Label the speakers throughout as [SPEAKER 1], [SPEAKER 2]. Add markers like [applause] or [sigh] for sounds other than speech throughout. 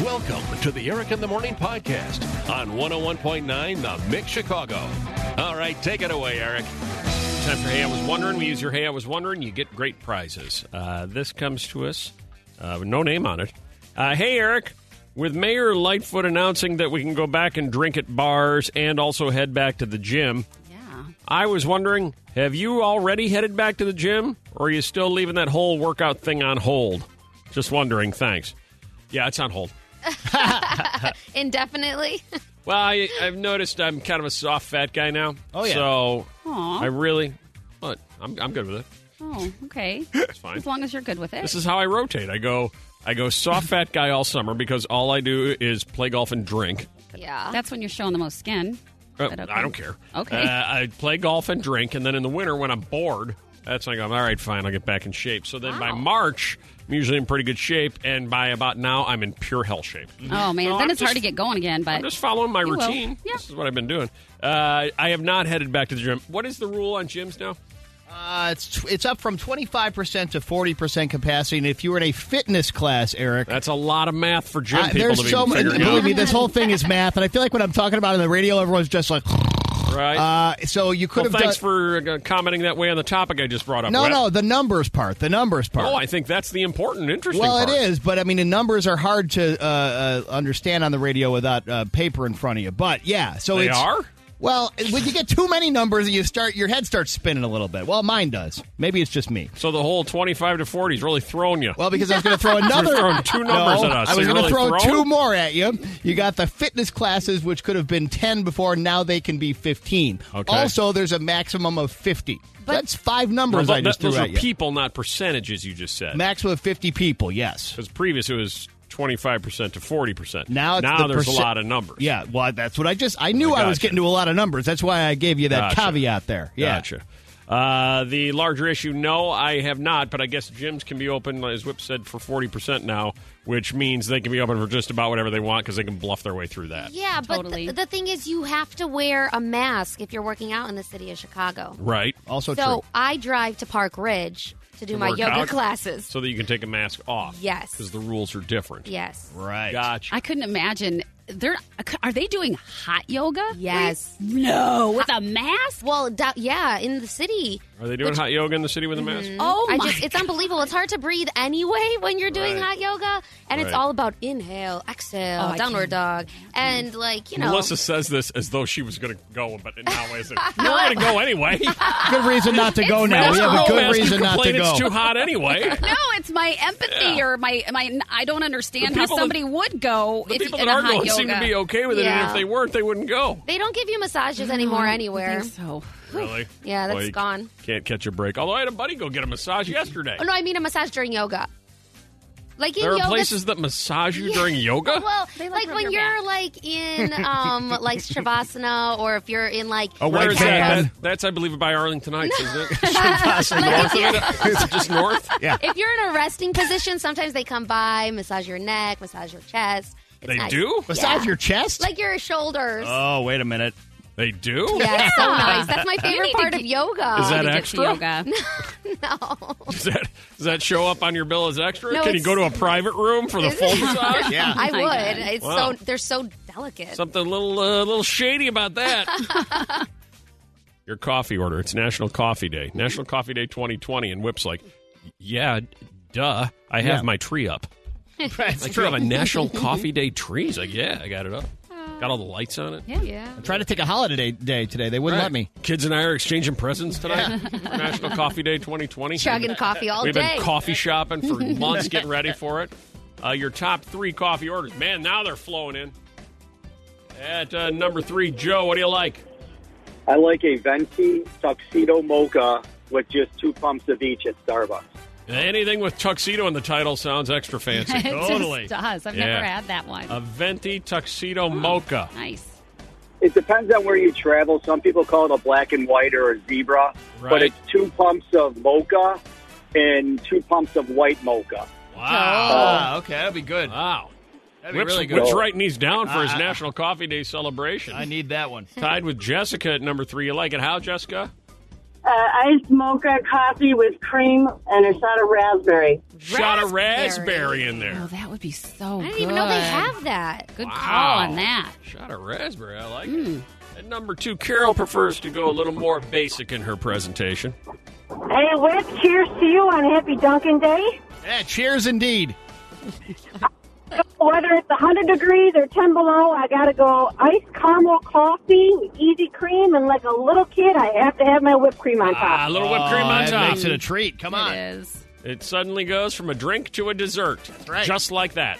[SPEAKER 1] Welcome to the Eric in the Morning podcast on 101.9 The Mix Chicago. All right, take it away, Eric. Time for Hey, I Was Wondering. We use your Hey, I Was Wondering. You get great prizes. Uh, this comes to us uh, with no name on it. Uh, hey, Eric. With Mayor Lightfoot announcing that we can go back and drink at bars and also head back to the gym,
[SPEAKER 2] Yeah.
[SPEAKER 1] I was wondering have you already headed back to the gym or are you still leaving that whole workout thing on hold? Just wondering. Thanks. Yeah, it's on hold.
[SPEAKER 2] Indefinitely? [laughs]
[SPEAKER 1] Well, I, I've noticed I'm kind of a soft, fat guy now.
[SPEAKER 3] Oh, yeah.
[SPEAKER 1] So
[SPEAKER 2] Aw.
[SPEAKER 1] I really, but I'm, I'm good with it.
[SPEAKER 2] oh,
[SPEAKER 1] [laughs]
[SPEAKER 2] okay.
[SPEAKER 1] It's fine.
[SPEAKER 2] As long as you're good with it.
[SPEAKER 1] This is how I rotate. I go, I go soft, fat guy all summer because all I do is play golf and drink.
[SPEAKER 2] yeah. That's when you're showing the most skin.
[SPEAKER 1] Uh,
[SPEAKER 2] But okay.
[SPEAKER 1] I don't care.
[SPEAKER 2] Okay.
[SPEAKER 1] Uh, I play golf and drink, and then in the winter when I'm bored, that's when I go. All right, fine. I'll get back in shape. So then by
[SPEAKER 2] Wow.
[SPEAKER 1] March, I'm usually in pretty good shape, and by about now, I'm in pure hell shape.
[SPEAKER 2] Oh, man.
[SPEAKER 1] No,
[SPEAKER 2] then
[SPEAKER 1] I'm
[SPEAKER 2] it's hard
[SPEAKER 1] just-
[SPEAKER 2] to get going again, but
[SPEAKER 1] I'm just following my
[SPEAKER 2] will.
[SPEAKER 1] routine.
[SPEAKER 2] Yeah.
[SPEAKER 1] This is what I've been doing. Uh, I have not headed back to the gym. What is the rule on gyms now?
[SPEAKER 3] Uh, it's tw- it's up from 25% to 40% capacity. And if you were in a fitness class, Eric,
[SPEAKER 1] That's a lot of math for gym
[SPEAKER 3] uh,
[SPEAKER 1] people to be
[SPEAKER 3] there's so much.
[SPEAKER 1] figuring
[SPEAKER 3] Believe
[SPEAKER 1] out.
[SPEAKER 3] me, this whole thing is math. And I feel like when I'm talking about it on the radio, everyone's just like,
[SPEAKER 1] right?
[SPEAKER 3] uh, so you could
[SPEAKER 1] well,
[SPEAKER 3] have
[SPEAKER 1] thanks
[SPEAKER 3] done.
[SPEAKER 1] for uh, commenting that way on the topic I just brought up.
[SPEAKER 3] no,
[SPEAKER 1] Wes.
[SPEAKER 3] no, the numbers part. The numbers part.
[SPEAKER 1] Oh, I think that's the important, interesting
[SPEAKER 3] well,
[SPEAKER 1] part.
[SPEAKER 3] it is, but I mean, the numbers are hard to uh, uh, understand on the radio without uh, paper in front of you. But yeah, so
[SPEAKER 1] They
[SPEAKER 3] it's,
[SPEAKER 1] are?
[SPEAKER 3] Well, when you get too many numbers, you start your head starts spinning a little bit. Well, mine does. Maybe it's just me.
[SPEAKER 1] So the whole 25 to 40 is really throwing [laughs] you.
[SPEAKER 3] Well, because I was going to throw another.
[SPEAKER 1] You're throwing two numbers
[SPEAKER 3] no,
[SPEAKER 1] at us.
[SPEAKER 3] I
[SPEAKER 1] So
[SPEAKER 3] was
[SPEAKER 1] you're
[SPEAKER 3] going to
[SPEAKER 1] really
[SPEAKER 3] throw
[SPEAKER 1] throwing?
[SPEAKER 3] two more at you. You got the fitness classes, which could have been ten before. Now they can be fifteen.
[SPEAKER 1] Okay.
[SPEAKER 3] Also, there's a maximum of fifty. That's five numbers
[SPEAKER 1] Well,
[SPEAKER 3] I
[SPEAKER 1] th-
[SPEAKER 3] just
[SPEAKER 1] those
[SPEAKER 3] threw
[SPEAKER 1] are
[SPEAKER 3] at you.
[SPEAKER 1] people, not percentages. You just said
[SPEAKER 3] Maximum of fifty people. Yes.
[SPEAKER 1] because previous it was 25 percent to 40 percent.
[SPEAKER 3] Now it's the
[SPEAKER 1] there's
[SPEAKER 3] perce-
[SPEAKER 1] a lot of numbers.
[SPEAKER 3] Yeah. Well, that's what I just. I knew I was
[SPEAKER 1] Gotcha.
[SPEAKER 3] getting to a lot of numbers. That's why I gave you that
[SPEAKER 1] Gotcha.
[SPEAKER 3] caveat there. Yeah.
[SPEAKER 1] Gotcha. Uh, the larger issue, no, I have not, but I guess gyms can be open, as Whip said, for 40% now, which means they can be open for just about whatever they want because they can bluff their way through that.
[SPEAKER 4] Yeah, but
[SPEAKER 2] Totally.
[SPEAKER 4] the, the thing is, you have to wear a mask if you're working out in the city of Chicago.
[SPEAKER 1] Right.
[SPEAKER 3] Also
[SPEAKER 4] so
[SPEAKER 3] true.
[SPEAKER 4] I drive to Park Ridge to do
[SPEAKER 1] To
[SPEAKER 4] my
[SPEAKER 1] work
[SPEAKER 4] yoga
[SPEAKER 1] out?
[SPEAKER 4] classes.
[SPEAKER 1] So that you can take a mask off.
[SPEAKER 4] Yes.
[SPEAKER 1] Because the rules are different.
[SPEAKER 4] yes.
[SPEAKER 3] Right.
[SPEAKER 1] Gotcha.
[SPEAKER 2] I couldn't imagine. They're are they doing hot yoga?
[SPEAKER 4] Yes. Mm-hmm.
[SPEAKER 2] Like, no, with a mask.
[SPEAKER 4] Well, do, yeah, in the city.
[SPEAKER 1] Are they doing hot yoga in the city with a mask?
[SPEAKER 2] Oh
[SPEAKER 4] I
[SPEAKER 2] my!
[SPEAKER 4] just it's unbelievable. It's hard to breathe anyway when you're doing
[SPEAKER 1] Right.
[SPEAKER 4] hot yoga and it's
[SPEAKER 1] Right.
[SPEAKER 4] all about inhale, exhale,
[SPEAKER 2] Oh, I
[SPEAKER 4] downward dog. And like, you know,
[SPEAKER 1] Melissa says this as though she was going to go, but now isn't. You're going to go anyway.
[SPEAKER 3] Good reason not to go
[SPEAKER 1] Mask
[SPEAKER 3] now. We have a
[SPEAKER 1] off,
[SPEAKER 3] good
[SPEAKER 1] mask, you
[SPEAKER 3] reason not to
[SPEAKER 1] complain
[SPEAKER 3] go.
[SPEAKER 1] It's too hot anyway.
[SPEAKER 2] no, it's my empathy or my my. I don't understand
[SPEAKER 1] The
[SPEAKER 2] how
[SPEAKER 1] people that-
[SPEAKER 2] somebody would go
[SPEAKER 1] The
[SPEAKER 2] if
[SPEAKER 1] people
[SPEAKER 2] in
[SPEAKER 1] that
[SPEAKER 2] a
[SPEAKER 1] are
[SPEAKER 2] hot
[SPEAKER 1] going
[SPEAKER 2] yoga.
[SPEAKER 1] seem to be okay with it, and
[SPEAKER 4] Yeah.
[SPEAKER 1] if they weren't, they wouldn't go.
[SPEAKER 4] they don't give you massages anymore
[SPEAKER 2] Mm-hmm. I
[SPEAKER 4] anywhere.
[SPEAKER 2] think so.
[SPEAKER 1] Really?
[SPEAKER 4] Yeah, that's
[SPEAKER 1] Well, you
[SPEAKER 4] gone.
[SPEAKER 1] Can't catch a break. Although I had a buddy go get a massage yesterday.
[SPEAKER 4] Oh no, I mean a massage during yoga. Like in
[SPEAKER 1] there are
[SPEAKER 4] yoga
[SPEAKER 1] places that massage you during yoga.
[SPEAKER 4] [laughs] Well,
[SPEAKER 2] They, like,
[SPEAKER 4] like,
[SPEAKER 2] rub
[SPEAKER 4] when
[SPEAKER 2] your
[SPEAKER 4] you're like in um like Shavasana or if you're in like
[SPEAKER 3] A
[SPEAKER 1] Where
[SPEAKER 3] white
[SPEAKER 1] is that?
[SPEAKER 3] fan.
[SPEAKER 1] That- That's, I believe, by Arlington Heights, isn't
[SPEAKER 4] [laughs]
[SPEAKER 1] it? north of it? Is it just north?
[SPEAKER 3] Yeah.
[SPEAKER 4] if you're in a resting position, sometimes they come by, massage your neck, massage your chest. It's
[SPEAKER 1] They
[SPEAKER 4] nice.
[SPEAKER 1] do?
[SPEAKER 3] Massage
[SPEAKER 4] Yeah.
[SPEAKER 3] your chest.
[SPEAKER 4] Like your shoulders.
[SPEAKER 3] oh, wait a minute.
[SPEAKER 1] They do? [laughs]
[SPEAKER 4] yeah, it's so nice. That's my favorite
[SPEAKER 2] need to
[SPEAKER 4] part of
[SPEAKER 2] get-
[SPEAKER 4] yoga.
[SPEAKER 1] Is
[SPEAKER 2] I
[SPEAKER 1] that
[SPEAKER 2] need to
[SPEAKER 1] extra?
[SPEAKER 2] get to
[SPEAKER 1] [laughs]
[SPEAKER 2] yoga.
[SPEAKER 1] Does that, does that show up on your bill as extra?
[SPEAKER 4] No,
[SPEAKER 1] Can you
[SPEAKER 4] it's-
[SPEAKER 1] go to a private room for the
[SPEAKER 4] Is
[SPEAKER 1] full
[SPEAKER 4] it?
[SPEAKER 1] massage?
[SPEAKER 3] Yeah.
[SPEAKER 4] [laughs] I
[SPEAKER 2] Oh my
[SPEAKER 4] would.
[SPEAKER 2] God.
[SPEAKER 4] It's
[SPEAKER 1] Wow.
[SPEAKER 4] so they're so delicate.
[SPEAKER 1] Something a little, uh, little shady about that. your coffee order. It's National Coffee Day. National Coffee Day 2020. And Whip's like, yeah, duh. I have
[SPEAKER 3] Yeah.
[SPEAKER 1] my tree up.
[SPEAKER 3] That's
[SPEAKER 1] Like, you have a National Coffee Day tree? He's like, yeah, I got it up. Got all the lights on it.
[SPEAKER 2] Yeah.
[SPEAKER 4] yeah.
[SPEAKER 3] Try to take a holiday day today. They wouldn't
[SPEAKER 1] Right.
[SPEAKER 3] let me.
[SPEAKER 1] Kids and I are exchanging presents tonight. for [laughs] National Coffee Day 2020.
[SPEAKER 4] Chugging coffee all
[SPEAKER 1] We've
[SPEAKER 4] day.
[SPEAKER 1] been coffee shopping
[SPEAKER 4] [laughs]
[SPEAKER 1] for months, getting ready for it. Uh, your top three coffee orders, man. Now they're flowing in. At uh, number three, Joe, what do you like?
[SPEAKER 5] I like a venti tuxedo mocha with just two pumps of each at Starbucks.
[SPEAKER 1] Anything with tuxedo in the title sounds extra
[SPEAKER 4] [laughs]
[SPEAKER 1] fancy.
[SPEAKER 2] It just
[SPEAKER 1] totally
[SPEAKER 2] does. I've
[SPEAKER 1] Yeah. Um,
[SPEAKER 2] never had that one.
[SPEAKER 1] A venti tuxedo mocha.
[SPEAKER 2] Nice.
[SPEAKER 5] It depends on where you travel. Some people call it a black and white or a zebra,
[SPEAKER 1] Right.
[SPEAKER 5] but it's two pumps of mocha and two pumps of white mocha.
[SPEAKER 4] Oh.
[SPEAKER 1] Wow,
[SPEAKER 3] Ah, okay. That'd be good.
[SPEAKER 1] wow.
[SPEAKER 3] That'd
[SPEAKER 1] Whip's, Whip's writing these down for his National Coffee Day celebration.
[SPEAKER 3] need that one.
[SPEAKER 4] [laughs]
[SPEAKER 1] Tied with Jessica at number three. You like it how, Jessica?
[SPEAKER 6] Uh, iced mocha coffee with cream and a shot of raspberry.
[SPEAKER 1] Shot a raspberry in there.
[SPEAKER 2] Oh, that would be so.
[SPEAKER 4] I didn't even know they
[SPEAKER 2] good.
[SPEAKER 4] have that.
[SPEAKER 2] Good
[SPEAKER 1] Wow.
[SPEAKER 2] call on that.
[SPEAKER 1] Shot a raspberry. I like it. And number two, Carol prefers to go a little more basic in her presentation.
[SPEAKER 6] Hey, Whip, cheers to you on Happy Dunkin' Day.
[SPEAKER 3] Yeah, cheers indeed.
[SPEAKER 6] Whether it's 100 degrees or 10 below, I gotta go iced caramel coffee, with easy cream, and like a little kid, I have to have my whipped cream on
[SPEAKER 1] Ah, a
[SPEAKER 6] top.
[SPEAKER 1] little whipped cream
[SPEAKER 3] Oh,
[SPEAKER 1] on
[SPEAKER 3] that
[SPEAKER 1] top.
[SPEAKER 3] makes it a treat. Come on.
[SPEAKER 2] It is.
[SPEAKER 1] It suddenly goes from a drink to a dessert.
[SPEAKER 3] right.
[SPEAKER 1] Just like that.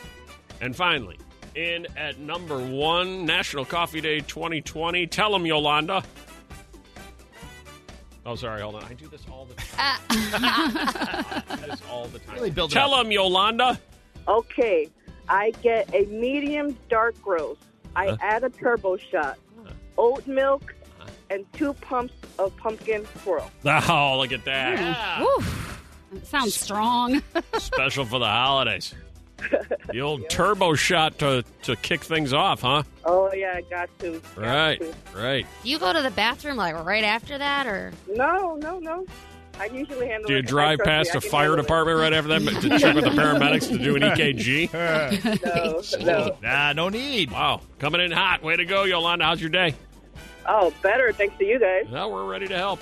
[SPEAKER 1] And finally, in at number one, National Coffee Day 2020. Tell them, Yolanda. Oh, sorry, hold on. I do this all the time. [laughs] I do this all the time.
[SPEAKER 3] Really build it
[SPEAKER 1] Tell
[SPEAKER 3] up.
[SPEAKER 1] them,
[SPEAKER 3] [laughs]
[SPEAKER 1] Yolanda.
[SPEAKER 7] Okay, I get a medium dark roast. I add a turbo shot, oat milk, and two pumps of pumpkin swirl.
[SPEAKER 1] Oh, look at that.
[SPEAKER 2] Woo. That sounds
[SPEAKER 1] [laughs]
[SPEAKER 2] strong.
[SPEAKER 1] Special for the
[SPEAKER 7] [laughs]
[SPEAKER 1] holidays. The old turbo shot to, to kick things off, huh?
[SPEAKER 7] Oh yeah, I got to. Got
[SPEAKER 1] Right,
[SPEAKER 7] to.
[SPEAKER 1] right.
[SPEAKER 4] Do you go to the bathroom like right after that, or
[SPEAKER 7] No, no, no. I usually handle.
[SPEAKER 1] Do you
[SPEAKER 7] it. I
[SPEAKER 1] drive
[SPEAKER 7] trust me,
[SPEAKER 1] past
[SPEAKER 7] I
[SPEAKER 1] a
[SPEAKER 7] can
[SPEAKER 1] fire
[SPEAKER 7] handle
[SPEAKER 1] department right after
[SPEAKER 7] [laughs]
[SPEAKER 1] that to check with the paramedics to do an E EKG?
[SPEAKER 7] it. No, no.
[SPEAKER 3] Nah, no need.
[SPEAKER 1] Wow, coming in hot. Way to go, Yolanda. How's your day?
[SPEAKER 7] Oh, better thanks to you guys.
[SPEAKER 1] Well, we're ready to help.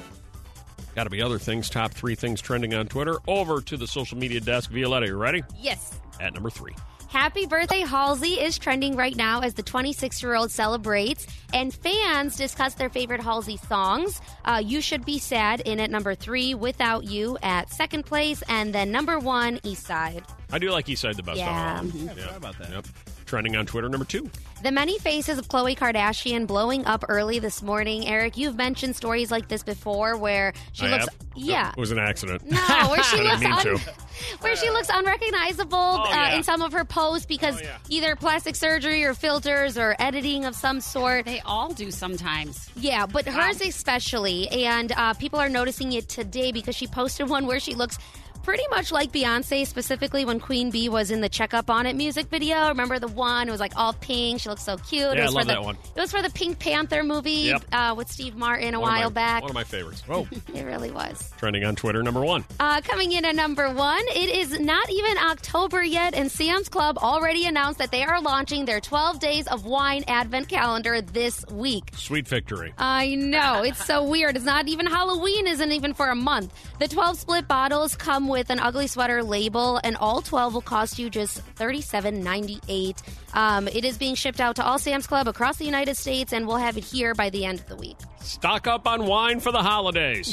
[SPEAKER 1] Got to be other things. Top three things trending on Twitter. Over to the social media desk. Violetta, you ready?
[SPEAKER 4] yes?
[SPEAKER 1] At number three.
[SPEAKER 4] Happy birthday, Halsey is trending right now as the 26 year old celebrates, and fans discuss their favorite Halsey songs. Uh, you Should Be Sad in at number three, Without You at second place, and then number one, East Side.
[SPEAKER 1] I do like Eastside the best.
[SPEAKER 4] Yeah.
[SPEAKER 1] of all.
[SPEAKER 3] Yeah, sorry about that.
[SPEAKER 1] Yep. Trending on Twitter. Number two.
[SPEAKER 4] The many faces of Khloe Kardashian blowing up early this morning. Eric, you've mentioned stories like this before where she
[SPEAKER 1] I
[SPEAKER 4] looks.
[SPEAKER 1] have?
[SPEAKER 4] [laughs] Yeah.
[SPEAKER 1] It was an accident. [laughs]
[SPEAKER 4] No, where she
[SPEAKER 1] I didn't
[SPEAKER 4] looks
[SPEAKER 1] mean
[SPEAKER 4] un-
[SPEAKER 1] to. Oh,
[SPEAKER 4] where she looks unrecognizable uh,
[SPEAKER 1] yeah. Oh,
[SPEAKER 4] in some of her posts because
[SPEAKER 1] yeah.
[SPEAKER 4] either plastic surgery or filters or editing of some sort.
[SPEAKER 2] They all do sometimes.
[SPEAKER 4] Yeah, but hers especially, and uh, people are noticing it today because she posted [laughs] one where she looks pretty much like Beyonce, specifically when Queen Bee was in the "Checkup on It" music video. Remember the one? It was like all pink. She looks so cute. it
[SPEAKER 1] Yeah, I
[SPEAKER 4] was
[SPEAKER 1] love
[SPEAKER 4] for the,
[SPEAKER 1] that one.
[SPEAKER 4] It was for the Pink Panther movie
[SPEAKER 1] Yep.
[SPEAKER 4] uh, with Steve Martin a
[SPEAKER 1] One of my-
[SPEAKER 4] while back.
[SPEAKER 1] One of my favorites. Oh.
[SPEAKER 4] It really was.
[SPEAKER 1] [laughs] Trending on Twitter. Number one.
[SPEAKER 4] Uh, coming in at number one, it is not even October yet, and Sam's Club already announced that they are launching their 12 Days of Wine Advent Calendar this week.
[SPEAKER 1] Sweet victory.
[SPEAKER 4] I know.
[SPEAKER 1] [laughs]
[SPEAKER 4] It's so weird. It's not even Halloween, isn't even for a month. The 12 split bottles come with an ugly sweater label, and all 12 will cost you just $37.98. Um, it is being shipped out to all Sam's Club across the United States, and we'll have it here by the end of the week.
[SPEAKER 1] Stock up on wine for the
[SPEAKER 4] [laughs]
[SPEAKER 1] holidays.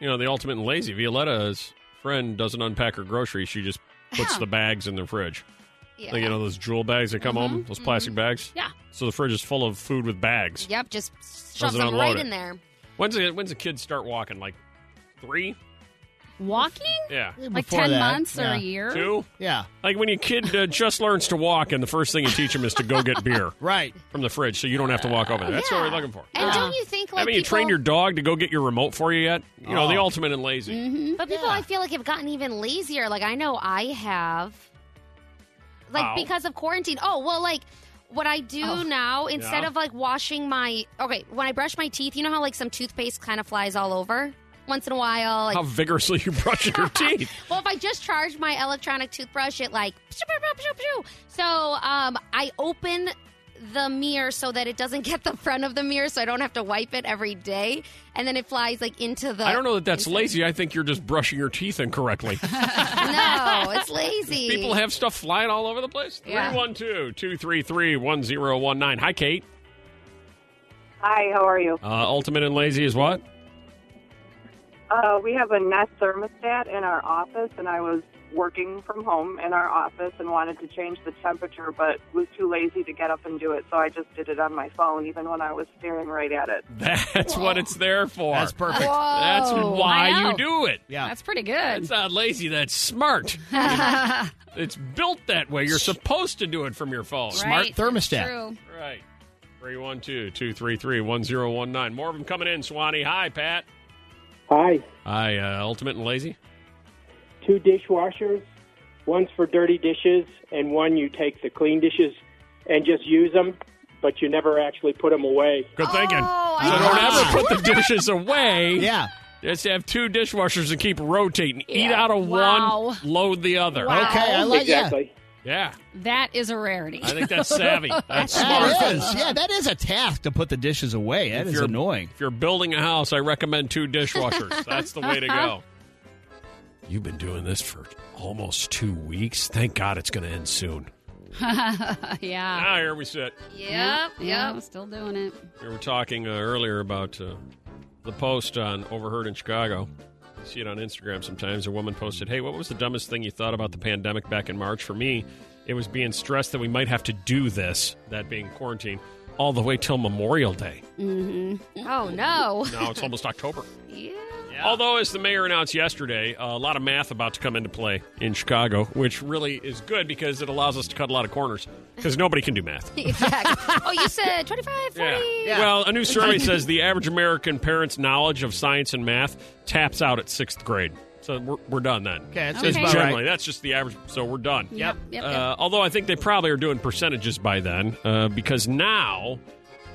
[SPEAKER 1] you know, the ultimate in lazy. Violetta's friend doesn't unpack her groceries. She just puts the bags in the fridge.
[SPEAKER 4] Yeah. Uh-huh. Mm-hmm.
[SPEAKER 1] Like, you know, those jewel bags that come home, those plastic bags.
[SPEAKER 2] Yeah.
[SPEAKER 1] So the fridge is full of food with bags.
[SPEAKER 4] Yep, just shove
[SPEAKER 1] Doesn't
[SPEAKER 4] them
[SPEAKER 1] unload
[SPEAKER 4] right
[SPEAKER 1] it.
[SPEAKER 4] in there.
[SPEAKER 1] When's the, when's the kids start walking? Like three?
[SPEAKER 2] Walking?
[SPEAKER 1] Yeah.
[SPEAKER 2] Like
[SPEAKER 3] Before
[SPEAKER 2] 10
[SPEAKER 3] that,
[SPEAKER 2] months or
[SPEAKER 3] yeah.
[SPEAKER 2] a year?
[SPEAKER 1] Two?
[SPEAKER 3] Yeah,
[SPEAKER 1] Like when your kid uh, just learns to walk, and the first thing you teach him is to go get beer
[SPEAKER 4] [laughs]
[SPEAKER 3] right.
[SPEAKER 1] from the fridge so you don't have to walk over there. That's what we're looking for.
[SPEAKER 4] And don't you think like
[SPEAKER 1] Haven't you
[SPEAKER 4] people-
[SPEAKER 1] trained your dog to go get your remote for you yet? You know, the
[SPEAKER 3] Oh.
[SPEAKER 1] ultimate in lazy.
[SPEAKER 2] Mm-hmm.
[SPEAKER 4] But people, I feel like have gotten even lazier. Like I know I have, like
[SPEAKER 1] How?
[SPEAKER 4] because of quarantine. Oh well, like what I do now instead
[SPEAKER 1] Oh, Yeah.
[SPEAKER 4] of like washing my okay when I brush my teeth, you know how like some toothpaste kind of flies all over once in a while. Like, [laughs]
[SPEAKER 1] How vigorously you brush
[SPEAKER 2] [laughs]
[SPEAKER 1] your teeth.
[SPEAKER 4] well, if I just charge my electronic toothbrush, it like pshoo, pshoo, pshoo, pshoo. so. Um, I open the mirror so that it doesn't [laughs] get the front of the mirror, so I don't have to wipe it every day, and then it flies like into the.
[SPEAKER 1] I
[SPEAKER 4] [laughs]
[SPEAKER 1] don't know that that's lazy. I think you're just brushing your teeth
[SPEAKER 2] [laughs]
[SPEAKER 1] incorrectly.
[SPEAKER 4] No,
[SPEAKER 1] [laughs]
[SPEAKER 4] it's lazy.
[SPEAKER 1] People have stuff flying all over the place. 312 233 1019. Hi, Kate.
[SPEAKER 6] Hi, how are you?
[SPEAKER 1] Uh, ultimate in lazy is what? [laughs]
[SPEAKER 7] Uh, we have a Nest thermostat in our office, and I was working from home in our office and wanted to change the temperature, but was too lazy to get up and do it, so I just did it on my phone, even when I was staring right at it.
[SPEAKER 1] That's what it's there for.
[SPEAKER 3] That's perfect.
[SPEAKER 1] That's
[SPEAKER 2] Oh, I
[SPEAKER 1] why
[SPEAKER 2] know.
[SPEAKER 1] you do it.
[SPEAKER 3] Yeah.
[SPEAKER 2] That's pretty good.
[SPEAKER 1] It's not lazy. That's
[SPEAKER 2] [laughs]
[SPEAKER 1] smart. it's built that way. You're supposed to do it from your phone.
[SPEAKER 3] Smart
[SPEAKER 2] Right.
[SPEAKER 3] thermostat.
[SPEAKER 2] True.
[SPEAKER 1] Right. 312 233 1019. More of them coming in, Swanee. Hi, Pat.
[SPEAKER 8] Hi.
[SPEAKER 1] Hi, uh, Ultimate and Lazy.
[SPEAKER 8] Two dishwashers. One's for dirty dishes, and one you take the clean dishes and just use them, but you never actually put them away.
[SPEAKER 1] Good thinking.
[SPEAKER 4] Oh, I
[SPEAKER 1] So don't
[SPEAKER 4] love
[SPEAKER 1] ever
[SPEAKER 4] it.
[SPEAKER 1] put the dishes [laughs] away.
[SPEAKER 3] Yeah.
[SPEAKER 1] Just have two dishwashers and keep rotating. Eat
[SPEAKER 2] Yeah.
[SPEAKER 1] out of
[SPEAKER 2] Wow.
[SPEAKER 1] one, load the other.
[SPEAKER 2] Wow.
[SPEAKER 3] Okay, I like yeah.
[SPEAKER 8] exactly.
[SPEAKER 1] Yeah.
[SPEAKER 2] That is a rarity.
[SPEAKER 1] I think that's savvy. That's smart.
[SPEAKER 3] That is, yeah, that is a task to put the dishes away. That is
[SPEAKER 1] you're-
[SPEAKER 3] annoying.
[SPEAKER 1] If you're building a house, I recommend two dishwashers. That's the way to go. You've been doing this for almost two weeks. Thank God it's going to end soon.
[SPEAKER 2] [laughs] yeah.
[SPEAKER 1] Ah, here we sit.
[SPEAKER 4] Yep,
[SPEAKER 2] Yeah,
[SPEAKER 4] yep.
[SPEAKER 2] still doing it.
[SPEAKER 1] We were talking uh, earlier about uh, the post on Overheard in Chicago. You see it on Instagram sometimes. A woman posted, Hey, what was the dumbest thing you thought about the pandemic back in March? For me, it was being stressed that we might have to do this, that being quarantine, all the way till Memorial Day.
[SPEAKER 4] Oh, no.
[SPEAKER 1] Now it's almost [laughs] October.
[SPEAKER 4] Mm-hmm. [laughs] Yeah.
[SPEAKER 1] Although, as the mayor announced yesterday, a lot of math about to come into play in Chicago, which really is good because it allows us to cut a lot of corners because nobody can do math.
[SPEAKER 4] Exactly. Oh, you said 25, 40.
[SPEAKER 1] Well, a new
[SPEAKER 3] [laughs]
[SPEAKER 1] survey says the average American parent's knowledge of science and math taps out at sixth grade. So we're, we're done then.
[SPEAKER 3] Okay, that's
[SPEAKER 2] Okay.
[SPEAKER 3] just about
[SPEAKER 1] Generally,
[SPEAKER 3] right.
[SPEAKER 1] that's just the average. So we're done.
[SPEAKER 2] Yep. Yep. yep.
[SPEAKER 1] Uh, although I think they probably are doing percentages by then, uh, because now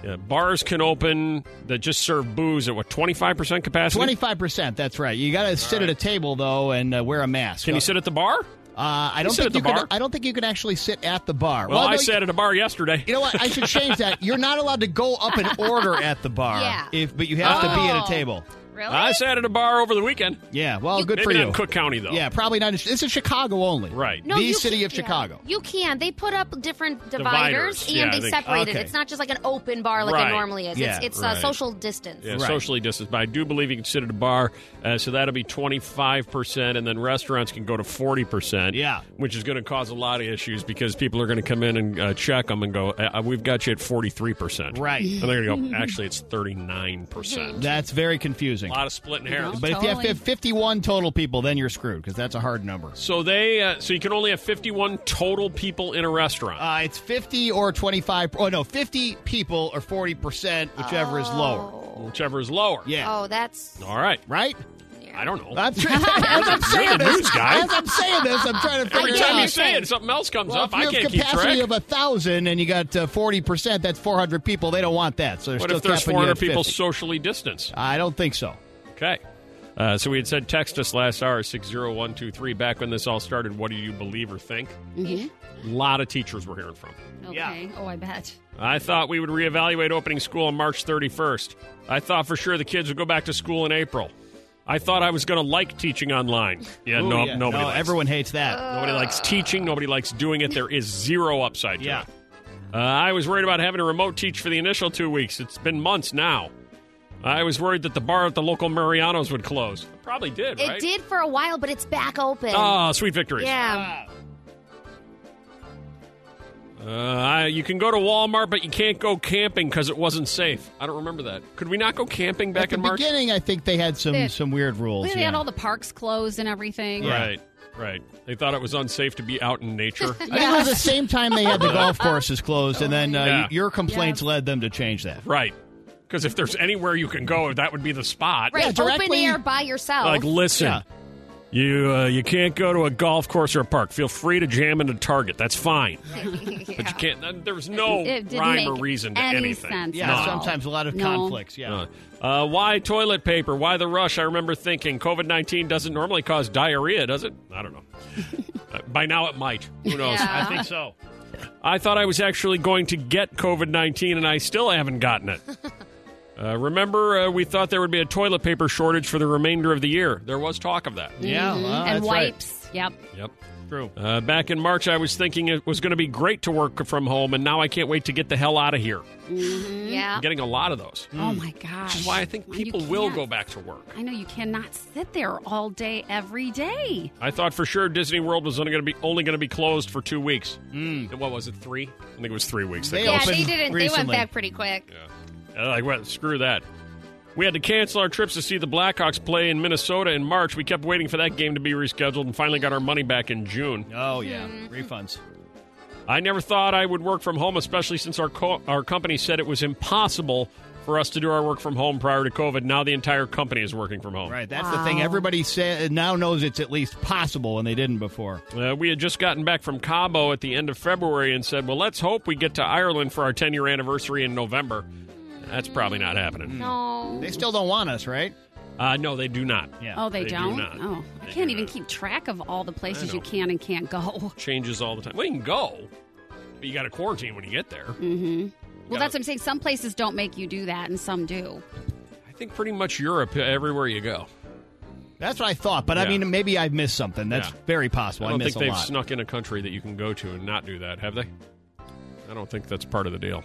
[SPEAKER 1] uh, bars can open that just serve booze at what twenty five percent capacity.
[SPEAKER 3] Twenty-five percent. That's right. You got to sit at a table though and uh, wear a mask.
[SPEAKER 1] Can you sit at the bar?
[SPEAKER 3] Uh, I don't
[SPEAKER 1] sit
[SPEAKER 3] think
[SPEAKER 1] at
[SPEAKER 3] you
[SPEAKER 1] the
[SPEAKER 3] can.
[SPEAKER 1] bar?
[SPEAKER 3] I don't think you can actually sit at the bar.
[SPEAKER 1] Well, I
[SPEAKER 3] no,
[SPEAKER 1] sat at a bar yesterday.
[SPEAKER 3] You, you know what? I should change that. You're not allowed to go up and order at the bar.
[SPEAKER 4] Yeah.
[SPEAKER 3] If but you have to be at
[SPEAKER 2] Oh.
[SPEAKER 3] a table.
[SPEAKER 2] really?
[SPEAKER 1] I sat at a bar over the weekend.
[SPEAKER 3] Yeah. Well, good
[SPEAKER 1] Maybe
[SPEAKER 3] for
[SPEAKER 1] not
[SPEAKER 3] you.
[SPEAKER 1] in Cook County though.
[SPEAKER 3] Yeah, probably not. in- This is Chicago only.
[SPEAKER 1] Right.
[SPEAKER 4] No,
[SPEAKER 3] the
[SPEAKER 4] you
[SPEAKER 3] city
[SPEAKER 4] can-
[SPEAKER 3] of
[SPEAKER 4] yeah.
[SPEAKER 3] Chicago.
[SPEAKER 4] You can. They put up different dividers,
[SPEAKER 1] Dividers.
[SPEAKER 4] and
[SPEAKER 1] Yeah, I
[SPEAKER 4] they
[SPEAKER 1] think-
[SPEAKER 4] separate it.
[SPEAKER 3] okay.
[SPEAKER 4] It's not just like an open bar like
[SPEAKER 1] Right.
[SPEAKER 4] it normally is.
[SPEAKER 3] Yeah,
[SPEAKER 4] it's it's
[SPEAKER 1] right.
[SPEAKER 4] uh, social distance.
[SPEAKER 1] Yeah,
[SPEAKER 3] Right.
[SPEAKER 1] socially distanced, but I do believe you can sit at a bar, uh, so that'll be twenty five percent, and then restaurants can go to forty percent.
[SPEAKER 3] Yeah.
[SPEAKER 1] which is going to cause a lot of issues because people are going to come in and uh, check them and go, uh, uh, "We've got you at forty three percent,"
[SPEAKER 3] Right.
[SPEAKER 1] And they're going to go, "Actually, it's thirty nine percent."
[SPEAKER 3] That's very confusing.
[SPEAKER 1] A lot of splitting hairs.
[SPEAKER 2] No.
[SPEAKER 3] But if you have
[SPEAKER 2] Totally.
[SPEAKER 3] to have 51 total people, then you're screwed because that's a hard number.
[SPEAKER 1] So they, uh, so you can only have fifty one total people in a restaurant.
[SPEAKER 3] Uh, it's 50 or 25. Oh, no, 50 people or 40%, whichever is lower.
[SPEAKER 1] Oh. Whichever is lower.
[SPEAKER 3] Yeah.
[SPEAKER 4] Oh, that's
[SPEAKER 1] All right.
[SPEAKER 3] Right?
[SPEAKER 1] I don't know. [laughs]
[SPEAKER 3] I'm try- [laughs] as I'm saying
[SPEAKER 1] the
[SPEAKER 3] this,
[SPEAKER 1] news guy.
[SPEAKER 3] as I'm saying this, I'm trying to figure
[SPEAKER 1] Every
[SPEAKER 3] it
[SPEAKER 1] time
[SPEAKER 3] out.
[SPEAKER 1] you say it, something else comes
[SPEAKER 3] Well,
[SPEAKER 1] up.
[SPEAKER 3] if
[SPEAKER 1] I
[SPEAKER 3] you have
[SPEAKER 1] can't keep
[SPEAKER 3] capacity
[SPEAKER 1] track.
[SPEAKER 3] of a thousand and you got uh, forty percent, that's four hundred people. They don't want that, so they're
[SPEAKER 1] what
[SPEAKER 3] still
[SPEAKER 1] if there's
[SPEAKER 3] capping
[SPEAKER 1] four
[SPEAKER 3] you
[SPEAKER 1] hundred
[SPEAKER 3] at
[SPEAKER 1] people
[SPEAKER 3] 50.
[SPEAKER 1] socially distanced?
[SPEAKER 3] I don't think so.
[SPEAKER 1] Okay. Uh, so we had said text us last hour six zero one two three. Back when this all started, what do you believe or think? A lot of teachers were hearing from.
[SPEAKER 2] okay. Oh, I bet.
[SPEAKER 1] I thought we would reevaluate opening school on March thirty first. I thought for sure the kids would go back to school in April. I thought I was going to like teaching online. Yeah,
[SPEAKER 3] Ooh,
[SPEAKER 1] no,
[SPEAKER 3] Oh, yeah.
[SPEAKER 1] nobody.
[SPEAKER 3] No,
[SPEAKER 1] likes.
[SPEAKER 3] everyone hates that.
[SPEAKER 2] Uh,
[SPEAKER 1] Nobody likes teaching. Nobody likes doing it. There is zero upside to
[SPEAKER 3] Yeah.
[SPEAKER 1] it. Uh, I was worried about having a remote teach for the initial two weeks. It's been months now. I was worried that the bar at the local Mariano's would close. Probably did,
[SPEAKER 4] it
[SPEAKER 1] right?
[SPEAKER 4] did for a while, but it's back open.
[SPEAKER 1] Ah, sweet victories.
[SPEAKER 4] yeah.
[SPEAKER 1] Uh, I- you can go to Walmart, but you can't go camping because it wasn't safe. I don't remember that. Could we not go camping back
[SPEAKER 3] At the
[SPEAKER 1] in March?
[SPEAKER 3] beginning, I think they had some
[SPEAKER 2] They-
[SPEAKER 3] some weird rules.
[SPEAKER 2] They
[SPEAKER 3] yeah.
[SPEAKER 2] had all the parks closed and everything.
[SPEAKER 3] Yeah.
[SPEAKER 1] Right, right. They thought it was unsafe to be out in
[SPEAKER 3] [laughs]
[SPEAKER 1] nature.
[SPEAKER 3] I think it was the same time
[SPEAKER 2] [laughs]
[SPEAKER 3] they had the golf courses closed, and then uh,
[SPEAKER 1] Yeah.
[SPEAKER 3] y- your complaints led them to change that.
[SPEAKER 1] right. Because if there's anywhere you can go, that would be the spot.
[SPEAKER 4] Right. open
[SPEAKER 3] directly-
[SPEAKER 4] air by yourself.
[SPEAKER 1] Like, listen,
[SPEAKER 3] Yeah.
[SPEAKER 1] you uh, you can't go to a golf course or a park. Feel free to jam into Target. That's fine.
[SPEAKER 2] [laughs]
[SPEAKER 1] But you can't. There was no
[SPEAKER 2] It didn't
[SPEAKER 1] rhyme or
[SPEAKER 2] make
[SPEAKER 1] reason to
[SPEAKER 2] any
[SPEAKER 1] anything.
[SPEAKER 2] sense
[SPEAKER 3] Yeah,
[SPEAKER 2] at all.
[SPEAKER 3] sometimes a lot of
[SPEAKER 2] No.
[SPEAKER 3] conflicts. Yeah.
[SPEAKER 1] Uh, uh, why toilet paper? Why the rush? I remember thinking COVID 19 doesn't normally cause diarrhea, does it? I
[SPEAKER 2] [laughs]
[SPEAKER 1] don't know. Uh, By now it might. Who knows?
[SPEAKER 4] Yeah.
[SPEAKER 1] I think so.
[SPEAKER 2] Mm-hmm.
[SPEAKER 1] I thought I was actually going to get COVID 19 and I still haven't gotten
[SPEAKER 2] [laughs]
[SPEAKER 1] it. Uh, remember, uh, we thought there would be a toilet paper shortage for the remainder of the year. There was talk of that.
[SPEAKER 3] Yeah, well,
[SPEAKER 1] Uh,
[SPEAKER 2] and
[SPEAKER 3] that's right.
[SPEAKER 2] wipes. Yep.
[SPEAKER 1] Yep.
[SPEAKER 3] True.
[SPEAKER 1] Uh, back in March, I was thinking it was going to be great to work from home, and now I can't wait to get the hell out of here.
[SPEAKER 4] yeah.
[SPEAKER 1] I'm getting a lot of those.
[SPEAKER 2] Oh my gosh.
[SPEAKER 1] Which is why I think
[SPEAKER 2] Why you
[SPEAKER 1] people will
[SPEAKER 2] can't.
[SPEAKER 1] go back to work.
[SPEAKER 2] I know you cannot sit there all day every day.
[SPEAKER 1] I thought for sure Disney World was only going to be only going to be closed for two weeks. Mm. What was it? Three? I think it was three weeks.
[SPEAKER 3] They
[SPEAKER 1] go-
[SPEAKER 4] Yeah,
[SPEAKER 3] opened
[SPEAKER 4] they didn't. They went
[SPEAKER 3] recently.
[SPEAKER 4] back pretty quick.
[SPEAKER 1] Uh, like, well, screw that. We had to cancel our trips to see the Blackhawks play in Minnesota in March. We kept waiting for that game to be rescheduled and finally got our money back in June.
[SPEAKER 3] Oh yeah,
[SPEAKER 2] Mm-hmm.
[SPEAKER 3] refunds.
[SPEAKER 1] I never thought I would work from home, especially since our co- our company said it was impossible for us to do our work from home prior to COVID. Now the entire company is working from home.
[SPEAKER 3] Right, that's the thing. Everybody say, now knows it's at least possible, and they didn't before.
[SPEAKER 1] Uh, we had just gotten back from Cabo at the end of February and said, well, let's hope we get to Ireland for our 10 year anniversary in November. That's probably not happening.
[SPEAKER 4] No.
[SPEAKER 3] They still don't want us, right?
[SPEAKER 1] Uh, no, they do not.
[SPEAKER 3] Yeah.
[SPEAKER 2] Oh, they,
[SPEAKER 1] They do
[SPEAKER 2] don't?
[SPEAKER 1] not.
[SPEAKER 2] Oh, I
[SPEAKER 1] They
[SPEAKER 2] can't
[SPEAKER 1] do
[SPEAKER 2] even
[SPEAKER 1] not.
[SPEAKER 2] keep track of all the places
[SPEAKER 1] know.
[SPEAKER 2] you can and can't go. [laughs]
[SPEAKER 1] Changes all the time. Well, you can go, but you got to quarantine when you get there.
[SPEAKER 2] Mm-hmm.
[SPEAKER 1] Gotta-
[SPEAKER 2] Well, that's what I'm saying. Some places don't make you do that, and some do.
[SPEAKER 1] I think pretty much Europe, uh, everywhere you go.
[SPEAKER 3] That's what I thought, but I
[SPEAKER 1] Yeah.
[SPEAKER 3] mean, maybe I missed something. That's
[SPEAKER 1] Yeah.
[SPEAKER 3] very possible.
[SPEAKER 1] I
[SPEAKER 3] I,
[SPEAKER 1] don't
[SPEAKER 3] miss
[SPEAKER 1] think
[SPEAKER 3] a
[SPEAKER 1] they've
[SPEAKER 3] lot.
[SPEAKER 1] snuck in a country that you can go to and not do that, have they? I don't think that's part of the deal.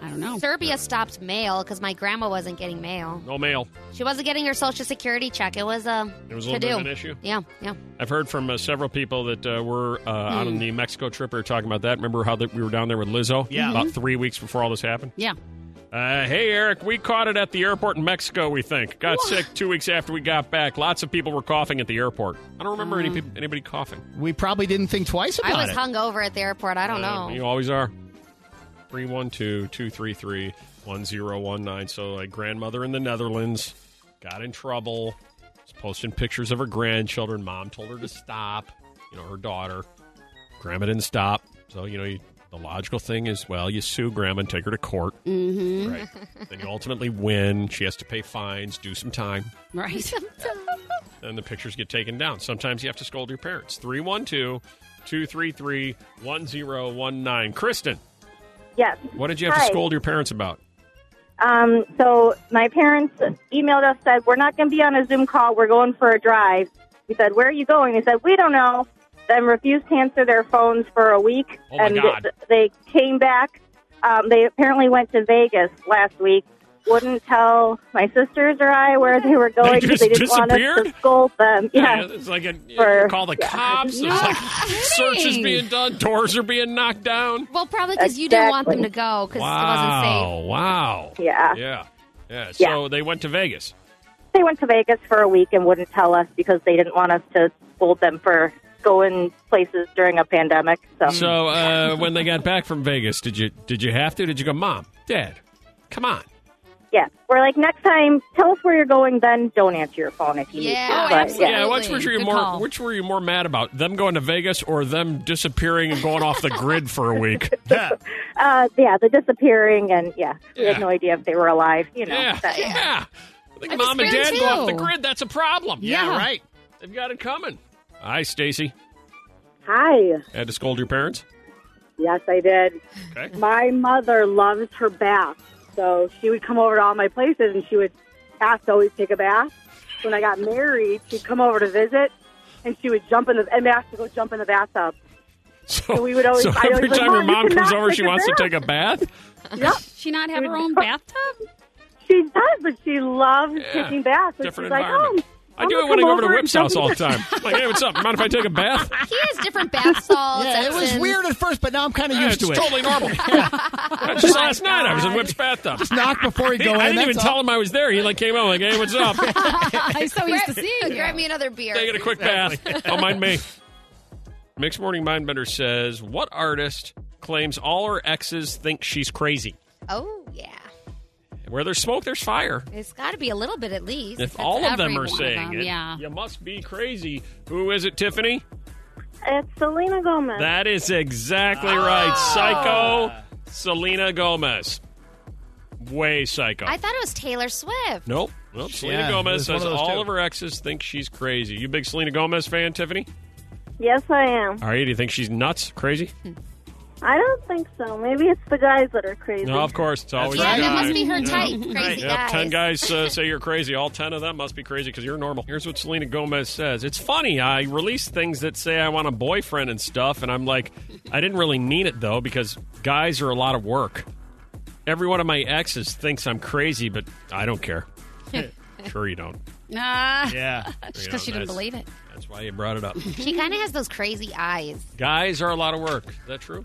[SPEAKER 2] I don't know.
[SPEAKER 4] Serbia stopped mail because my grandma wasn't getting mail.
[SPEAKER 1] No mail.
[SPEAKER 4] She wasn't getting her social security check. It was a
[SPEAKER 1] It was a
[SPEAKER 4] to
[SPEAKER 1] little bit
[SPEAKER 4] do.
[SPEAKER 1] of an issue.
[SPEAKER 4] Yeah, yeah.
[SPEAKER 1] I've heard from uh, several people that uh, were uh, out on the Mexico trip. We were talking about that. Remember how that we were down there with Lizzo?
[SPEAKER 3] Yeah.
[SPEAKER 1] About three weeks before all this happened.
[SPEAKER 2] Yeah.
[SPEAKER 1] Uh, hey, Eric, we caught it at the airport in Mexico, we think. Got sick two weeks after we got back. Lots of people were coughing at the airport. I don't remember any peop anybody coughing.
[SPEAKER 3] we probably didn't think twice about
[SPEAKER 4] I was
[SPEAKER 3] it.
[SPEAKER 4] hungover at the airport. I don't
[SPEAKER 1] Uh,
[SPEAKER 4] know.
[SPEAKER 1] You always are. 312 233 1019. So, like, grandmother in the Netherlands got in trouble. Was posting pictures of her grandchildren. Mom told her to stop. You know, her daughter. Grandma didn't stop. So, you know, you, the logical thing is, well, you sue grandma and take her to court. Mm-hmm. Right. then you ultimately win. She has to pay fines, do some time
[SPEAKER 2] Right. [laughs]
[SPEAKER 1] and the pictures get taken down. Sometimes you have to scold your parents. 312 233 1019. Kristen,
[SPEAKER 9] Yes.
[SPEAKER 1] what did you have
[SPEAKER 9] Hi.
[SPEAKER 1] to scold your parents about?
[SPEAKER 9] Um, so my parents emailed us, said, We're not going to be on a Zoom call. We're going for a drive. We said, Where are you going? They said, We don't know. Then refused to answer their phones for a week.
[SPEAKER 1] Oh, my
[SPEAKER 9] and
[SPEAKER 1] God.
[SPEAKER 9] th- they came back. Um, they apparently went to Vegas last week. Wouldn't tell my sisters or Oh, I where they
[SPEAKER 1] [laughs]
[SPEAKER 9] were going because
[SPEAKER 1] just
[SPEAKER 9] they didn't want us
[SPEAKER 1] disappeared?
[SPEAKER 9] to scold them. [laughs] Yeah.
[SPEAKER 1] It's like a,
[SPEAKER 9] For-
[SPEAKER 1] call the
[SPEAKER 9] yeah.
[SPEAKER 1] cops.
[SPEAKER 2] No
[SPEAKER 1] It's
[SPEAKER 9] [laughs]
[SPEAKER 1] like searches
[SPEAKER 2] kidding.
[SPEAKER 1] being done, doors are being knocked down.
[SPEAKER 4] Well, probably because you didn't want them to
[SPEAKER 9] Exactly.
[SPEAKER 4] go because it wasn't safe.
[SPEAKER 1] Wow. Wow.
[SPEAKER 9] Yeah.
[SPEAKER 1] Yeah. Yeah. So they went to Vegas.
[SPEAKER 9] They went to Vegas for a week and wouldn't tell us because they didn't want us to scold them for going places during a pandemic.
[SPEAKER 1] So uh, when they got back from Vegas, did you did you have to? Did you go, Mom, Dad, come on?
[SPEAKER 9] Yeah, we're like next time. Tell us where you're going, then don't answer your phone if you
[SPEAKER 4] Yeah,
[SPEAKER 9] need to.
[SPEAKER 4] oh,
[SPEAKER 9] But,
[SPEAKER 4] absolutely.
[SPEAKER 9] yeah.
[SPEAKER 1] Yeah, which were you
[SPEAKER 2] Good
[SPEAKER 1] more
[SPEAKER 2] call.
[SPEAKER 1] which were you more mad about? Them going to Vegas or them disappearing and going off the grid for a week?
[SPEAKER 9] Uh, yeah, the disappearing and yeah, we
[SPEAKER 1] Yeah.
[SPEAKER 9] had no idea if they were alive. You know,
[SPEAKER 1] Yeah.
[SPEAKER 9] that-
[SPEAKER 1] Yeah. I think
[SPEAKER 2] I'm
[SPEAKER 1] mom and dad
[SPEAKER 2] scared
[SPEAKER 1] go off the
[SPEAKER 2] too.
[SPEAKER 1] grid. That's a problem.
[SPEAKER 3] yeah, right.
[SPEAKER 1] They've got it coming. Hi, Stacy.
[SPEAKER 10] Hi.
[SPEAKER 1] Had to scold your parents?
[SPEAKER 10] Yes, I did.
[SPEAKER 1] Okay.
[SPEAKER 10] My mother loves her bath. So she would come over to all my places and she would ask to always take a bath. When I got married, she'd come over to visit and she would jump in the and ask to go jump in the
[SPEAKER 4] [laughs]
[SPEAKER 10] bathtub.
[SPEAKER 1] So,
[SPEAKER 10] So we would always-
[SPEAKER 1] so
[SPEAKER 10] I'd always
[SPEAKER 1] every
[SPEAKER 10] like,
[SPEAKER 1] time your
[SPEAKER 10] "Mom, you
[SPEAKER 1] mom comes
[SPEAKER 10] cannot
[SPEAKER 1] over,
[SPEAKER 10] take
[SPEAKER 1] she
[SPEAKER 10] a
[SPEAKER 1] wants to
[SPEAKER 10] bath."
[SPEAKER 1] take a bath?
[SPEAKER 10] Yep.
[SPEAKER 2] she not have her own bathtub?
[SPEAKER 10] She does, but she loves
[SPEAKER 1] Yeah.
[SPEAKER 10] taking baths. And
[SPEAKER 1] Different
[SPEAKER 10] she's like,
[SPEAKER 1] environment.
[SPEAKER 10] oh,
[SPEAKER 1] I
[SPEAKER 10] I'm
[SPEAKER 1] do
[SPEAKER 10] gonna
[SPEAKER 1] it when I
[SPEAKER 10] come
[SPEAKER 1] go over to
[SPEAKER 10] and
[SPEAKER 1] Whip's
[SPEAKER 10] jump
[SPEAKER 1] house
[SPEAKER 10] in
[SPEAKER 1] all
[SPEAKER 10] the-
[SPEAKER 1] the time. Like, hey, what's up? Mind if I take a bath?
[SPEAKER 4] He has
[SPEAKER 1] [laughs]
[SPEAKER 4] different bath salts.
[SPEAKER 3] Yeah, it was
[SPEAKER 4] Essence.
[SPEAKER 3] weird at first, but now I'm kind of
[SPEAKER 1] Yeah,
[SPEAKER 3] used
[SPEAKER 1] it's
[SPEAKER 3] to it.
[SPEAKER 1] totally
[SPEAKER 3] [laughs]
[SPEAKER 1] normal. Just last night, I was in Whip's bathtub.
[SPEAKER 3] Knock before you
[SPEAKER 1] He-
[SPEAKER 3] go in.
[SPEAKER 1] I didn't
[SPEAKER 3] that's
[SPEAKER 1] even
[SPEAKER 3] all.
[SPEAKER 1] tell him I was there. He like came over like, hey, what's up?
[SPEAKER 2] I'm so used to seeing you.
[SPEAKER 4] [laughs] Grab me another beer.
[SPEAKER 1] Taking a quick bath. [laughs] Don't mind me. Mixed Morning Mindbender says, What artist claims all her exes think she's crazy?
[SPEAKER 4] Oh yeah,
[SPEAKER 1] Where there's smoke, there's fire.
[SPEAKER 4] it's got to be a little bit at least.
[SPEAKER 1] If all of them
[SPEAKER 2] every one
[SPEAKER 1] are
[SPEAKER 2] of
[SPEAKER 1] saying
[SPEAKER 2] them,
[SPEAKER 1] it,
[SPEAKER 2] yeah.
[SPEAKER 1] you must be crazy. Who is it, Tiffany?
[SPEAKER 9] It's Selena Gomez.
[SPEAKER 1] That is exactly right. Psycho Selena Gomez. Way psycho.
[SPEAKER 4] I thought it was Taylor Swift.
[SPEAKER 1] nope. Nope. Selena
[SPEAKER 3] Yeah,
[SPEAKER 1] Gomez
[SPEAKER 3] it's one
[SPEAKER 1] says
[SPEAKER 3] of those
[SPEAKER 1] all
[SPEAKER 3] two.
[SPEAKER 1] of her exes think she's crazy. You big Selena Gomez fan, Tiffany?
[SPEAKER 9] Yes, I am.
[SPEAKER 1] All right, do you think she's nuts, crazy?
[SPEAKER 9] I don't think so. Maybe it's the guys that are crazy.
[SPEAKER 1] No, of course. It's always
[SPEAKER 4] Yeah,
[SPEAKER 1] the
[SPEAKER 4] that
[SPEAKER 1] guy.
[SPEAKER 4] must be her
[SPEAKER 1] Yeah.
[SPEAKER 4] type. Crazy
[SPEAKER 1] Mm-hmm. Yep,
[SPEAKER 4] guys.
[SPEAKER 1] ten guys
[SPEAKER 2] [laughs]
[SPEAKER 1] uh, say you're crazy. All ten of them must be crazy because you're normal. Here's what Selena Gomez says: It's funny. I release things that say I want a boyfriend and stuff, and I'm like, I didn't really mean it though because guys are a lot of work. Every one of my exes thinks I'm crazy, but I don't
[SPEAKER 2] [laughs]
[SPEAKER 1] care. sure you don't.
[SPEAKER 2] Nah. [laughs]
[SPEAKER 3] Yeah.
[SPEAKER 2] Just
[SPEAKER 1] You know,
[SPEAKER 2] because she didn't
[SPEAKER 1] that's-
[SPEAKER 2] believe it.
[SPEAKER 1] That's why you brought it up.
[SPEAKER 4] She kind of has those crazy eyes,
[SPEAKER 1] guys are a lot of work. Is that true?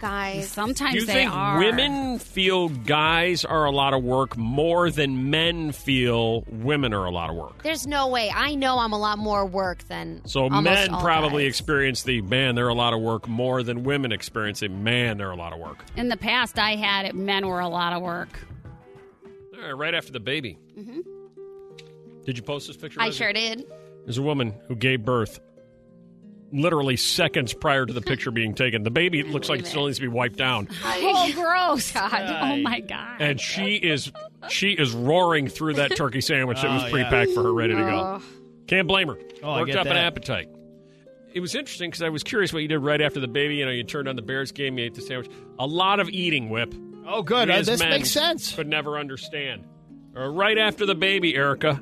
[SPEAKER 4] guys.
[SPEAKER 2] Sometimes
[SPEAKER 1] Do you
[SPEAKER 2] they
[SPEAKER 1] think
[SPEAKER 2] are.
[SPEAKER 1] women feel guys are a lot of work more than men feel women are a lot of work?
[SPEAKER 4] There's no way. I know I'm a lot more work than
[SPEAKER 1] So
[SPEAKER 4] almost
[SPEAKER 1] men
[SPEAKER 4] all
[SPEAKER 1] probably
[SPEAKER 4] guys.
[SPEAKER 1] experience the man, they're a lot of work more than women experience the man, they're a lot of work.
[SPEAKER 2] In the past, I had it. Men were a lot of work.
[SPEAKER 1] All right, right after the baby. Did you post this picture?
[SPEAKER 4] Mm-hmm. I
[SPEAKER 1] Rosie?
[SPEAKER 4] sure did.
[SPEAKER 1] There's a woman who gave birth. literally seconds prior to
[SPEAKER 4] [laughs]
[SPEAKER 1] the picture being taken. The baby looks like it still needs to be wiped down.
[SPEAKER 2] [laughs] Oh, gross! Oh my god!
[SPEAKER 1] And she is she is roaring through that turkey sandwich that was
[SPEAKER 3] [laughs] Oh, yeah.
[SPEAKER 1] pre-packed for her, ready to go. Can't blame her.
[SPEAKER 3] Oh, I
[SPEAKER 1] Worked
[SPEAKER 3] get
[SPEAKER 1] up an
[SPEAKER 3] that.
[SPEAKER 1] appetite. It was interesting because I was curious what you did right after the baby. You know, you turned on the Bears game, you ate the sandwich. A lot of eating, Whip.
[SPEAKER 3] Oh, good.
[SPEAKER 1] We
[SPEAKER 3] Uh,
[SPEAKER 1] as
[SPEAKER 3] this
[SPEAKER 1] men
[SPEAKER 3] makes sense.
[SPEAKER 1] Could never understand. Uh, right after the baby, Erica.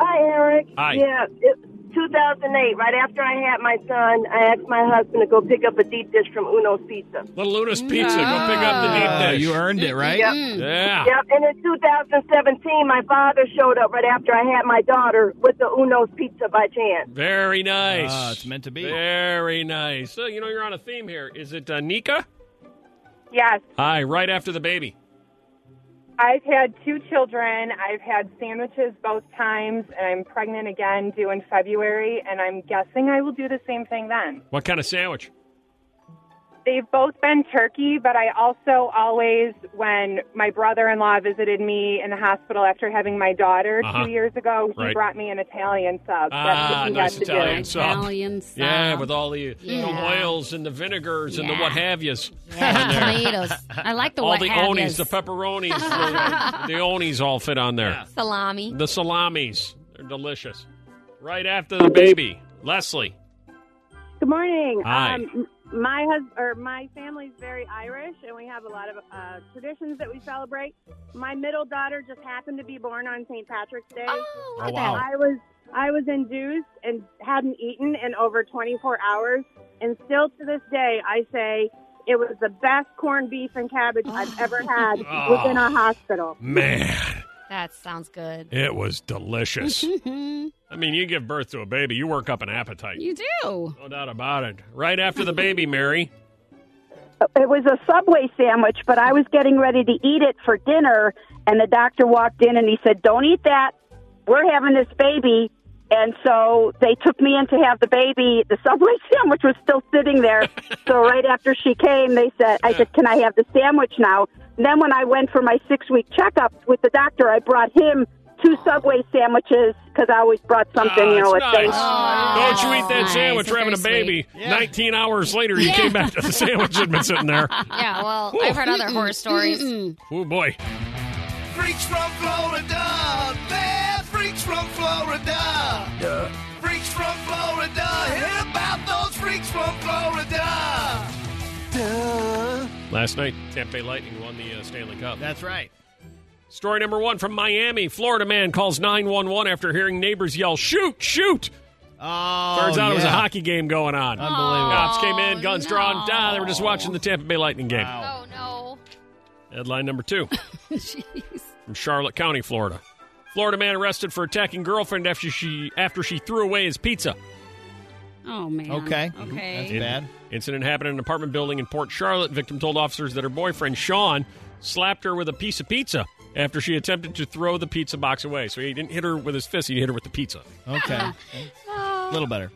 [SPEAKER 11] Hi, Eric.
[SPEAKER 1] Hi.
[SPEAKER 11] Yeah, it, 2008, right after I had my son, I asked my husband to go pick up a deep dish from Uno's Pizza.
[SPEAKER 1] Little Luna's Pizza. Go pick up the deep
[SPEAKER 3] Uh,
[SPEAKER 1] dish.
[SPEAKER 3] Mm. you earned it, right?
[SPEAKER 11] Yep.
[SPEAKER 1] [laughs] Yeah.
[SPEAKER 11] Yep. And in 2017, my father showed up right after I had my daughter with the Uno's Pizza by chance.
[SPEAKER 1] Very nice.
[SPEAKER 3] Ah, it's meant to be.
[SPEAKER 1] Very nice. So, you know, you're on a theme here. Is it uh, Nika?
[SPEAKER 12] Yes,
[SPEAKER 1] Hi, right after the baby.
[SPEAKER 12] I've had two children. I've had sandwiches both times, and I'm pregnant again due in February, and I'm guessing I will do the same thing then.
[SPEAKER 1] What kind of sandwich?
[SPEAKER 12] They've both been turkey, but I also always, when my brother in law visited me in the hospital after having my daughter
[SPEAKER 1] Uh-huh.
[SPEAKER 12] two years ago, he
[SPEAKER 1] Right.
[SPEAKER 12] brought me an Italian sub. That's
[SPEAKER 1] Ah,
[SPEAKER 12] what he
[SPEAKER 1] nice
[SPEAKER 12] had to do.
[SPEAKER 1] Italian sub.
[SPEAKER 2] Italian sub.
[SPEAKER 1] Yeah, with all the, the
[SPEAKER 2] Yeah.
[SPEAKER 1] oils and the vinegars and the
[SPEAKER 2] Yeah.
[SPEAKER 1] what have yous.
[SPEAKER 2] tomatoes. I like the
[SPEAKER 1] all
[SPEAKER 2] what
[SPEAKER 1] the
[SPEAKER 2] have
[SPEAKER 1] onis,
[SPEAKER 2] yous.
[SPEAKER 1] the pepperonis,
[SPEAKER 2] [laughs]
[SPEAKER 1] the, the onis all fit on there.
[SPEAKER 4] Salami.
[SPEAKER 1] The salamis, they're delicious. Right after the baby, Leslie.
[SPEAKER 13] Good morning.
[SPEAKER 1] Hi.
[SPEAKER 13] Um, m- my husband or my family's very Irish, and we have a lot of uh, traditions that we celebrate. My middle daughter just happened to be born on St. Patrick's Day.
[SPEAKER 1] Oh, look at wow. that.
[SPEAKER 13] I was I was induced and hadn't eaten in over 24 hours, and still to this day, I say it was the best corned beef and cabbage I've ever had
[SPEAKER 1] Oh.
[SPEAKER 13] within a hospital.
[SPEAKER 1] Man,
[SPEAKER 4] That sounds good.
[SPEAKER 1] it was
[SPEAKER 2] [laughs]
[SPEAKER 1] delicious. I mean, you give birth to a baby, you work up an appetite.
[SPEAKER 2] You do.
[SPEAKER 1] No doubt about it. Right after the baby, Mary.
[SPEAKER 14] It was a Subway sandwich, but I was getting ready to eat it for dinner, and the doctor walked in and he said, "Don't eat that. We're having this baby." And so they took me in to have the baby. The Subway [laughs] sandwich was still sitting there. so right after she came, they said, "I said, can I have the sandwich now?" And then when I went for my six-week checkup with the doctor, I brought him two Subway sandwiches because I always brought something,
[SPEAKER 1] Ah,
[SPEAKER 14] you know,
[SPEAKER 1] it's
[SPEAKER 14] a thing.
[SPEAKER 1] nice. Don't you eat that sandwich? We're having a baby.
[SPEAKER 2] sweet. Oh, Yeah.
[SPEAKER 1] 19 hours later, you came back to
[SPEAKER 2] [laughs]
[SPEAKER 1] the sandwich had been sitting there. [laughs]
[SPEAKER 4] Yeah, well, I've heard other horror stories.
[SPEAKER 1] Oh, boy.
[SPEAKER 15] Freaks from Florida, they're freaks from Florida. Freaks from Florida, hear about those freaks from Florida.
[SPEAKER 1] Last night, Tampa Bay Lightning won the uh, Stanley Cup.
[SPEAKER 3] That's right.
[SPEAKER 1] Story number one from Miami. Florida man calls 911 after hearing neighbors yell, shoot, shoot.
[SPEAKER 3] Oh,
[SPEAKER 1] Turns out it was a
[SPEAKER 3] yeah.
[SPEAKER 1] hockey game going on.
[SPEAKER 3] Unbelievable.
[SPEAKER 1] Cops came in, guns drawn. Ah, they were just watching the Tampa Bay Lightning game.
[SPEAKER 4] Oh no.
[SPEAKER 1] Headline number two
[SPEAKER 4] Jeez.
[SPEAKER 1] from Charlotte County, Florida. Florida man arrested for attacking girlfriend after she after she threw away his pizza.
[SPEAKER 2] Oh man.
[SPEAKER 1] Okay. Mm-hmm.
[SPEAKER 2] Okay.
[SPEAKER 1] In- Incident happened in an apartment building in Port Charlotte. Victim told officers that her boyfriend Sean slapped her with a piece of pizza after she attempted to throw the pizza box away. So he didn't hit her with his fist; he hit her with the pizza.
[SPEAKER 3] Oh, [laughs] Okay.
[SPEAKER 1] A little
[SPEAKER 3] better.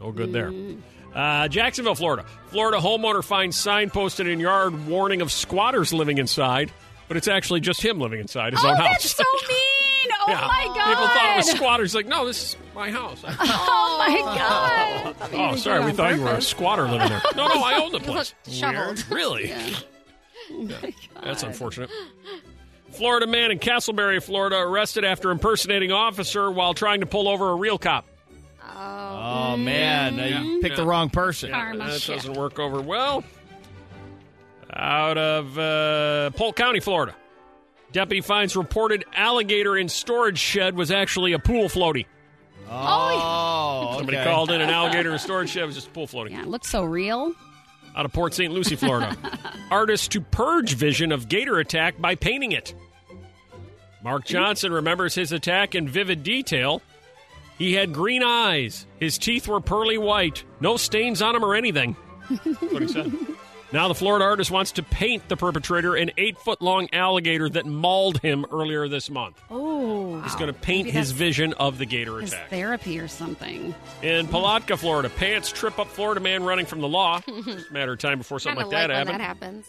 [SPEAKER 1] No good there.
[SPEAKER 2] Mm.
[SPEAKER 1] Uh, Jacksonville, Florida. Florida homeowner finds sign posted in yard warning of squatters living inside, but it's actually just him living inside his
[SPEAKER 2] Oh,
[SPEAKER 1] own house.
[SPEAKER 2] that's so mean! Oh
[SPEAKER 1] [laughs] Yeah.
[SPEAKER 2] my god!
[SPEAKER 1] People thought it was squatters. Like, no, this is my house. I-
[SPEAKER 2] Oh my god!
[SPEAKER 1] oh, sorry, we thought you were a squatter living
[SPEAKER 2] [laughs]
[SPEAKER 1] there. No, no, I own the
[SPEAKER 2] You
[SPEAKER 1] place.
[SPEAKER 2] look disheveled.
[SPEAKER 1] Weird. Really? [laughs]
[SPEAKER 2] [laughs] Yeah. Oh
[SPEAKER 1] That's unfortunate. Florida man in Castleberry, Florida, arrested after impersonating officer while trying to pull over a real cop.
[SPEAKER 3] Oh, man. You picked the wrong person.
[SPEAKER 1] Yeah, that doesn't work over well. Out of uh, Polk County, Florida. Deputy finds reported alligator in storage shed was actually a pool floaty.
[SPEAKER 3] Oh,
[SPEAKER 1] Somebody
[SPEAKER 3] okay.
[SPEAKER 1] called in an alligator in storage shed was just a pool floaty.
[SPEAKER 2] Yeah, it looks so real.
[SPEAKER 1] Out of Port St. Lucie,
[SPEAKER 2] [laughs]
[SPEAKER 1] Florida. Artist to purge vision of gator attack by painting it. Mark
[SPEAKER 2] Hmm?
[SPEAKER 1] Johnson remembers his attack in vivid detail. He had green eyes. His teeth were pearly white. No stains on him or
[SPEAKER 2] [laughs]
[SPEAKER 1] anything. That's what he said. Now the Florida artist wants to paint the perpetrator an eight foot long alligator that mauled him earlier this month.
[SPEAKER 2] Oh,
[SPEAKER 1] He's going to paint
[SPEAKER 2] Maybe
[SPEAKER 1] his
[SPEAKER 2] that's
[SPEAKER 1] vision of the gator
[SPEAKER 2] his
[SPEAKER 1] attack.
[SPEAKER 2] therapy or something.
[SPEAKER 1] In Palatka, Florida, pants trip up Florida man running from the
[SPEAKER 4] [laughs]
[SPEAKER 1] law. Just a matter of time before something
[SPEAKER 4] Kinda
[SPEAKER 1] like that
[SPEAKER 4] when
[SPEAKER 1] happened.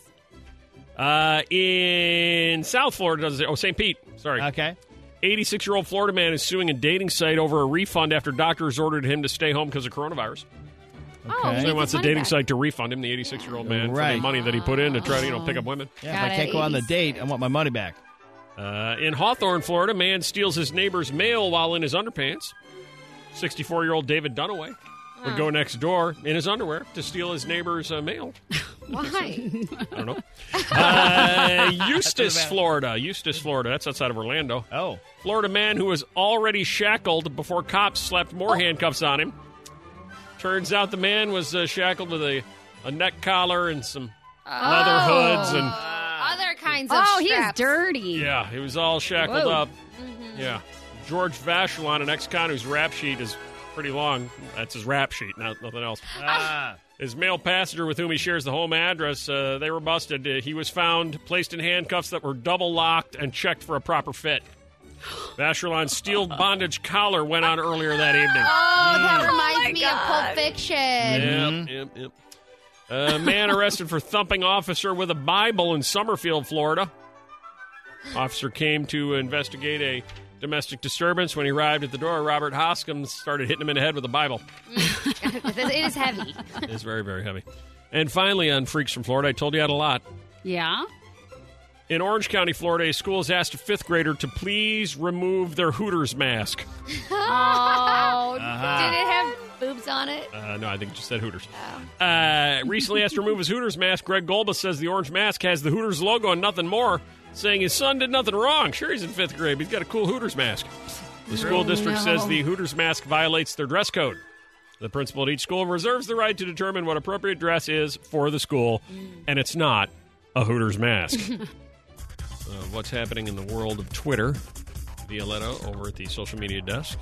[SPEAKER 4] that happens.
[SPEAKER 1] Uh, in South Florida, does it? Oh, St. Pete. Sorry.
[SPEAKER 3] Okay.
[SPEAKER 1] 86 year old Florida man is suing a dating site over a refund after doctors ordered him to stay home because of coronavirus.
[SPEAKER 4] Oh,
[SPEAKER 1] So he wants the
[SPEAKER 4] money
[SPEAKER 1] dating
[SPEAKER 4] back.
[SPEAKER 1] site to refund him, the 86 year old man, for
[SPEAKER 3] Right.
[SPEAKER 1] the money that he put in to try to you know pick up women.
[SPEAKER 3] Yeah, if I can't go on the date, I want my money back.
[SPEAKER 1] Uh, in Hawthorne, Florida, man steals his neighbor's mail while in his underpants. 64 year old David Dunaway would go next door in his underwear to steal his neighbor's uh, mail. [laughs]
[SPEAKER 4] Why?
[SPEAKER 1] I don't know. [laughs] Uh, Eustis, Florida. Eustis, Florida. That's outside of Orlando.
[SPEAKER 3] Oh.
[SPEAKER 1] Florida man who was already shackled before cops slapped more handcuffs on him. Turns out the man was uh, shackled with a, a neck collar and some leather [laughs] hoods. And
[SPEAKER 4] Other kinds of
[SPEAKER 2] Oh, he is
[SPEAKER 4] straps.
[SPEAKER 2] dirty.
[SPEAKER 1] yeah, he was all shackled
[SPEAKER 2] Whoa.
[SPEAKER 1] up. Yeah. George Vacheron, an ex-con whose rap sheet is pretty long. That's his rap sheet, not nothing else. His male passenger, with whom he shares the home address, uh, they were busted. Uh, he was found placed in handcuffs that were double locked and checked for a proper fit. Vacheron's steel bondage collar went on earlier that evening.
[SPEAKER 4] Oh, that
[SPEAKER 1] Mm.
[SPEAKER 4] reminds me of Pulp Fiction.
[SPEAKER 1] Yep, yep, yep. A man arrested for thumping officer with a Bible in Summerfield, Florida. Officer came to investigate a domestic disturbance. When he arrived at the door, Robert Hoskins started hitting him in the head with a Bible.
[SPEAKER 4] [laughs] it is heavy.
[SPEAKER 1] It is very, very heavy. And finally, on Freaks from Florida, I told you I had a lot.
[SPEAKER 2] Yeah.
[SPEAKER 1] In Orange County, Florida, a school has asked a fifth grader to please remove their Hooters mask.
[SPEAKER 4] Oh,
[SPEAKER 1] [laughs] Uh-huh.
[SPEAKER 4] did it have boobs on it?
[SPEAKER 1] Uh, no, I think it just said Hooters. Uh, recently asked to remove his Hooters mask, Greg Golba says the orange mask has the Hooters logo and nothing more, saying his son did nothing wrong. Sure, he's in fifth grade, but he's got a cool Hooters mask. The school
[SPEAKER 15] Oh,
[SPEAKER 1] district
[SPEAKER 15] no.
[SPEAKER 1] says the Hooters mask violates their dress code. The principal at each school reserves the right to determine what appropriate dress is for the school, and it's not a Hooters mask. uh, what's happening in the world of Twitter? Violetta over at the social media desk.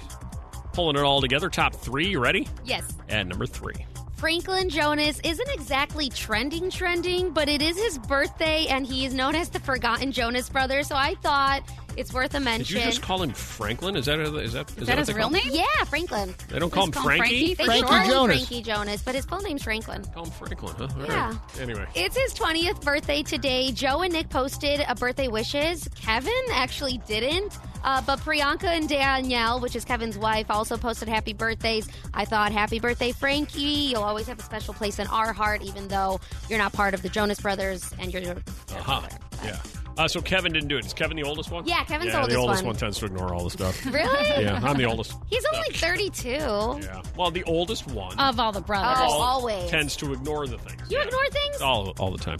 [SPEAKER 1] Pulling it all together. Top three. You ready?
[SPEAKER 4] Yes.
[SPEAKER 1] At number three.
[SPEAKER 4] Franklin Jonas isn't exactly trending, trending, but it is his birthday, and he is known as the Forgotten Jonas Brother. So I thought it's worth a
[SPEAKER 1] Did
[SPEAKER 4] mention.
[SPEAKER 1] you just call him Franklin? Is that is that is that,
[SPEAKER 2] that
[SPEAKER 1] what
[SPEAKER 2] his
[SPEAKER 1] they
[SPEAKER 2] real
[SPEAKER 1] call him?
[SPEAKER 4] Yeah, Franklin.
[SPEAKER 1] They don't call him
[SPEAKER 4] Just
[SPEAKER 1] Frankie.
[SPEAKER 4] They
[SPEAKER 1] Frankie
[SPEAKER 4] call him
[SPEAKER 1] Jonas.
[SPEAKER 4] Frankie Jonas, but his full name's Franklin.
[SPEAKER 1] Call him Franklin, huh? All right.
[SPEAKER 4] Yeah.
[SPEAKER 1] Anyway.
[SPEAKER 4] It's his 20th birthday today. Joe and Nick posted a birthday wishes. Kevin actually didn't. Uh, but Priyanka and Danielle, which is Kevin's wife, also posted happy birthdays. I thought, happy birthday, Frankie. You'll always have a special place in our heart, even though you're not part of the Jonas Brothers and you're.
[SPEAKER 1] Uh-huh. Yeah. Uh, so Kevin didn't do it. Is Kevin the oldest one?
[SPEAKER 4] Yeah, Kevin's
[SPEAKER 1] yeah,
[SPEAKER 4] the oldest
[SPEAKER 1] the oldest
[SPEAKER 4] one.
[SPEAKER 1] one. tends to ignore all the stuff.
[SPEAKER 4] [laughs] Really?
[SPEAKER 1] yeah, I'm the oldest.
[SPEAKER 4] He's only 32.
[SPEAKER 1] Yeah. Well, the oldest one
[SPEAKER 2] Of all the brothers.
[SPEAKER 4] Oh, always.
[SPEAKER 1] tends to ignore the things.
[SPEAKER 4] You ignore things?
[SPEAKER 1] All, all the time.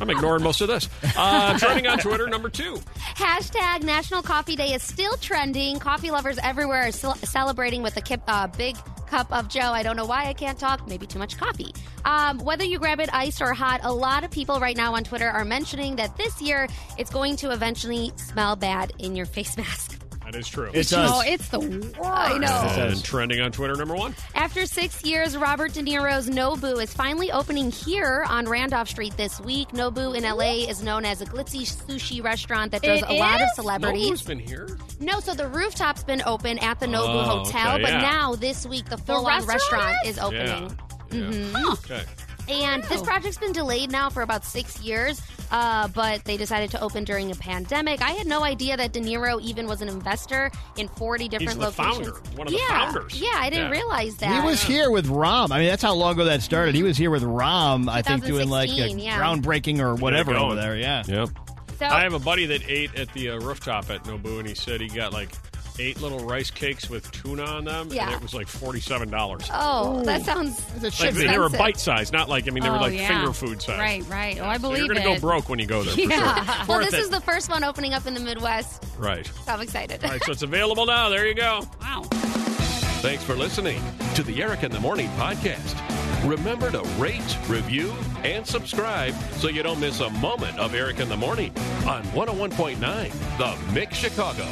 [SPEAKER 1] I'm ignoring most of this. Uh, trending on Twitter, number two.
[SPEAKER 4] Hashtag National Coffee Day is still trending. Coffee lovers everywhere are still celebrating with a kip, uh, big cup of Joe. I don't know why I can't talk. Maybe too much coffee. Um, whether you grab it iced or hot, a lot of people right now on Twitter are mentioning that this year it's going to eventually smell bad in your face [laughs] mask.
[SPEAKER 1] That is true.
[SPEAKER 3] It does.
[SPEAKER 2] Oh, it's the worst.
[SPEAKER 4] I know.
[SPEAKER 1] And trending on Twitter, number one.
[SPEAKER 4] After six years, Robert De Niro's Nobu is finally opening here on Randolph Street this week. Nobu in LA is known as a glitzy sushi restaurant that throws
[SPEAKER 2] It
[SPEAKER 4] a lot of
[SPEAKER 2] is?
[SPEAKER 4] celebrities.
[SPEAKER 1] Nobu's been here.
[SPEAKER 4] No, so the rooftop's been open at the Nobu
[SPEAKER 1] Oh,
[SPEAKER 4] Hotel,
[SPEAKER 1] okay,
[SPEAKER 4] but
[SPEAKER 1] yeah.
[SPEAKER 4] now this week the full on
[SPEAKER 2] restaurant
[SPEAKER 4] restaurant
[SPEAKER 2] is?
[SPEAKER 4] is opening.
[SPEAKER 1] Yeah. Yeah.
[SPEAKER 4] Mhm.
[SPEAKER 1] Okay.
[SPEAKER 4] And this project's been delayed now for about six years, uh, but they decided to open during a pandemic. I had no idea that De Niro even was an investor in 40 different
[SPEAKER 1] the
[SPEAKER 4] locations.
[SPEAKER 1] founder, one of the
[SPEAKER 4] yeah.
[SPEAKER 1] founders.
[SPEAKER 4] Yeah, I didn't
[SPEAKER 1] Yeah.
[SPEAKER 4] realize that.
[SPEAKER 3] He was here with Rom. I mean, that's how long ago that started. He was here with Rom, I think, doing like a
[SPEAKER 4] 2016, yeah.
[SPEAKER 3] groundbreaking or whatever
[SPEAKER 1] Yeah, going.
[SPEAKER 3] over there. Yeah.
[SPEAKER 1] Yep.
[SPEAKER 4] So-
[SPEAKER 1] I have a buddy that ate at the uh, rooftop at Nobu, and he said he got like eight little rice cakes with tuna on them, and
[SPEAKER 4] Yeah.
[SPEAKER 1] it was like forty-seven dollars.
[SPEAKER 4] Oh, that sounds
[SPEAKER 1] like they, they were bite sized, not like I mean they were
[SPEAKER 2] Oh,
[SPEAKER 1] like
[SPEAKER 2] yeah.
[SPEAKER 1] finger food size.
[SPEAKER 2] Right, right. Oh, I
[SPEAKER 1] So
[SPEAKER 2] believe
[SPEAKER 1] you're gonna
[SPEAKER 2] it.
[SPEAKER 1] go broke when you go there. For
[SPEAKER 4] Yeah.
[SPEAKER 1] sure.
[SPEAKER 4] well,
[SPEAKER 1] Worth
[SPEAKER 4] this
[SPEAKER 1] it.
[SPEAKER 4] is the first one opening up in the Midwest,
[SPEAKER 1] right.
[SPEAKER 4] so I'm excited.
[SPEAKER 1] All right, so it's available now. There you go.
[SPEAKER 2] Wow.
[SPEAKER 1] Thanks for listening.
[SPEAKER 15] to the Eric in the Morning podcast.
[SPEAKER 1] Remember to rate, review, and subscribe so you oh don't miss a moment of Eric in the Morning on 101.9 The Mix Chicago.